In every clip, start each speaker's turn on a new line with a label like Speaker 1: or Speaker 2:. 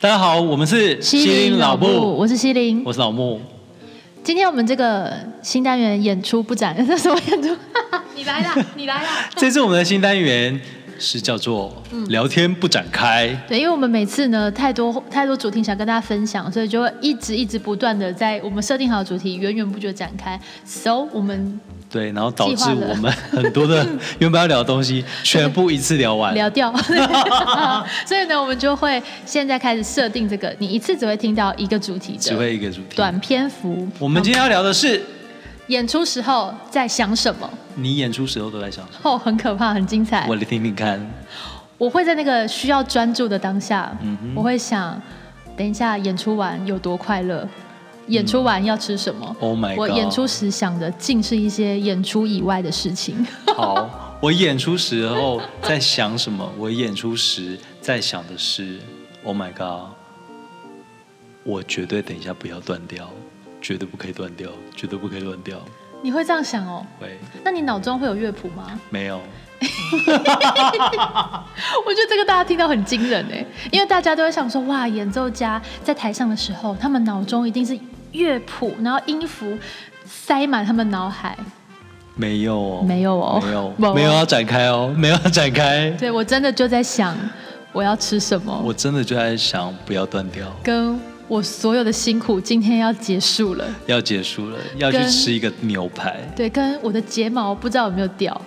Speaker 1: 大家好，我们是
Speaker 2: 西林老布，
Speaker 1: 布，
Speaker 2: 我是西林。
Speaker 1: 我是老木。
Speaker 2: 今天我们这个新单元演出不展， 那什么演出？
Speaker 3: 你来啦，你来啦。
Speaker 1: 这次我们的新单元是叫做
Speaker 2: 嗯
Speaker 1: “聊天不展开”
Speaker 2: 对，因为我们每次呢太多太多主题想跟大家分享，所以就会一直一直不断的在我们设定好的主题源源不绝展开。So 我们
Speaker 1: 对，然后导
Speaker 2: 计
Speaker 1: 致
Speaker 2: 划了
Speaker 1: 我们很多的 原本要聊的东西全部一次聊完。
Speaker 2: 嗯聊 掉， 所以呢我们就会现在开始设定这个，你一次只会听到一个主题
Speaker 1: 只
Speaker 2: 的
Speaker 1: 会一个主题。
Speaker 2: 短篇幅。
Speaker 1: 我们今天要聊的是
Speaker 2: 演出时候在想什么？
Speaker 1: 你演出时候都在想什
Speaker 2: 哦，很可怕，很精彩
Speaker 1: 么？我。来听听看。
Speaker 2: 我会在那个需要专注的当下，
Speaker 1: 嗯哼
Speaker 2: 我会想，等一下演出完有多快乐，演出完要吃什么。
Speaker 1: Oh my god！
Speaker 2: 我演出时想的尽是一些演出以外的事情。
Speaker 1: 好，我演出时候在想什么？我演出时在想的是，Oh my god！我绝对等一下不要断掉，绝对不可以断掉，绝对不可以断掉。
Speaker 2: 你会这样想哦？
Speaker 1: 喂，
Speaker 2: 那你脑中会有乐谱吗？
Speaker 1: 没有，
Speaker 2: 我觉得这个大家听到很惊人哎，因为大家都会想说，哇，演奏家在台上的时候，他们脑中一定是乐谱，然后音符塞满他们脑海。
Speaker 1: 没有哦，
Speaker 2: 没有哦
Speaker 1: 没
Speaker 2: 没有
Speaker 1: 有，
Speaker 2: 哦
Speaker 1: 没有要展开哦，没有要展开。
Speaker 2: 对我真的就在想，我要吃什么？
Speaker 1: 我真的就在想，不要断掉，
Speaker 2: 跟我所有的辛苦今天要结束了。
Speaker 1: 要结束了，要去
Speaker 2: 跟
Speaker 1: 吃一个牛排。
Speaker 2: 对，跟我的睫毛不知道有没有掉，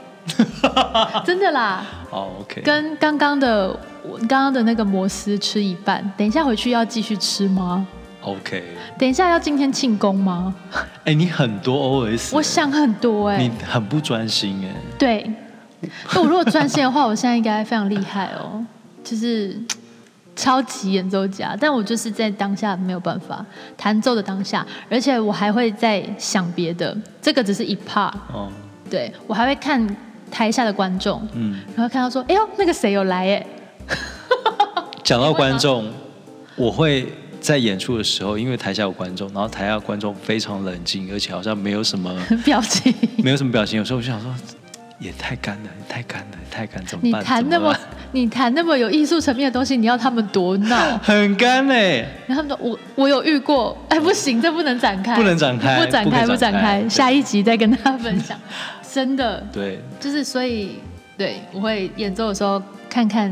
Speaker 2: 真的啦。
Speaker 1: 哦，OK，
Speaker 2: 跟刚刚的我刚刚的那个摩斯吃一半，等一下回去要继续吃吗？
Speaker 1: OK，
Speaker 2: 等一下要今天庆功吗？
Speaker 1: 哎，你很多 OS，
Speaker 2: 我想很多哎、
Speaker 1: 你很不专心哎。
Speaker 2: 对，那我如果专心的话，我现在应该非常厉害哦，就是超级演奏家。但我就是在当下没有办法弹奏的当下，而且我还会在想别的，这个只是一 part。
Speaker 1: 哦，
Speaker 2: 对我还会看台下的观众，
Speaker 1: 嗯，
Speaker 2: 然后看到说，哎呦，那个谁有来哎，
Speaker 1: 讲到观众，我会在演出的时候，因为台下有观众，然后台下观众非常冷静，而且好像没有什么
Speaker 2: 很表情。
Speaker 1: 没有什么表情。有时候我就想说，也太干了，也太干了，也太干，怎么
Speaker 2: 你
Speaker 1: 办？
Speaker 2: 谈那
Speaker 1: 怎么
Speaker 2: 么
Speaker 1: 办，
Speaker 2: 你谈那么有艺术层面的东西，你要他们多闹？
Speaker 1: 很干哎，
Speaker 2: 然后他们说，我我有遇过，哎，不行，这不能展开，
Speaker 1: 不能展开
Speaker 2: 不展
Speaker 1: 不可以
Speaker 2: 开，不
Speaker 1: 展
Speaker 2: 展
Speaker 1: 开
Speaker 2: 开，下一集再跟大家分享。真的，
Speaker 1: 对，
Speaker 2: 就是所以，对我会演奏的时候看看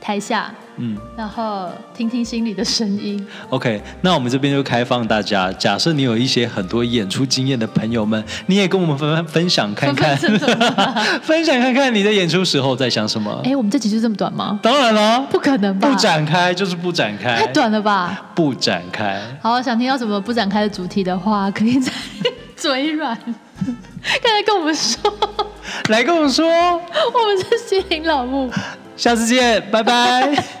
Speaker 2: 台下，
Speaker 1: 嗯。
Speaker 2: 然后听听心里的声音。
Speaker 1: OK，那我们这边就开放大家。假设你有一些很多演出经验的朋友们，你也跟我们分分享看看，
Speaker 2: 分分
Speaker 1: 分享看看你在演出时候在想什么。
Speaker 2: 哎，我们这集就这么短吗？
Speaker 1: 当然了，
Speaker 2: 不可能吧？
Speaker 1: 哦不展开就是不展开，
Speaker 2: 太短了吧？
Speaker 1: 不展开。
Speaker 2: 好，想听到什么不展开的主题的话，可以在 嘴软，刚才跟我们说，我
Speaker 1: 来跟我说，
Speaker 2: 们是心灵老木。
Speaker 1: 下次见，拜拜。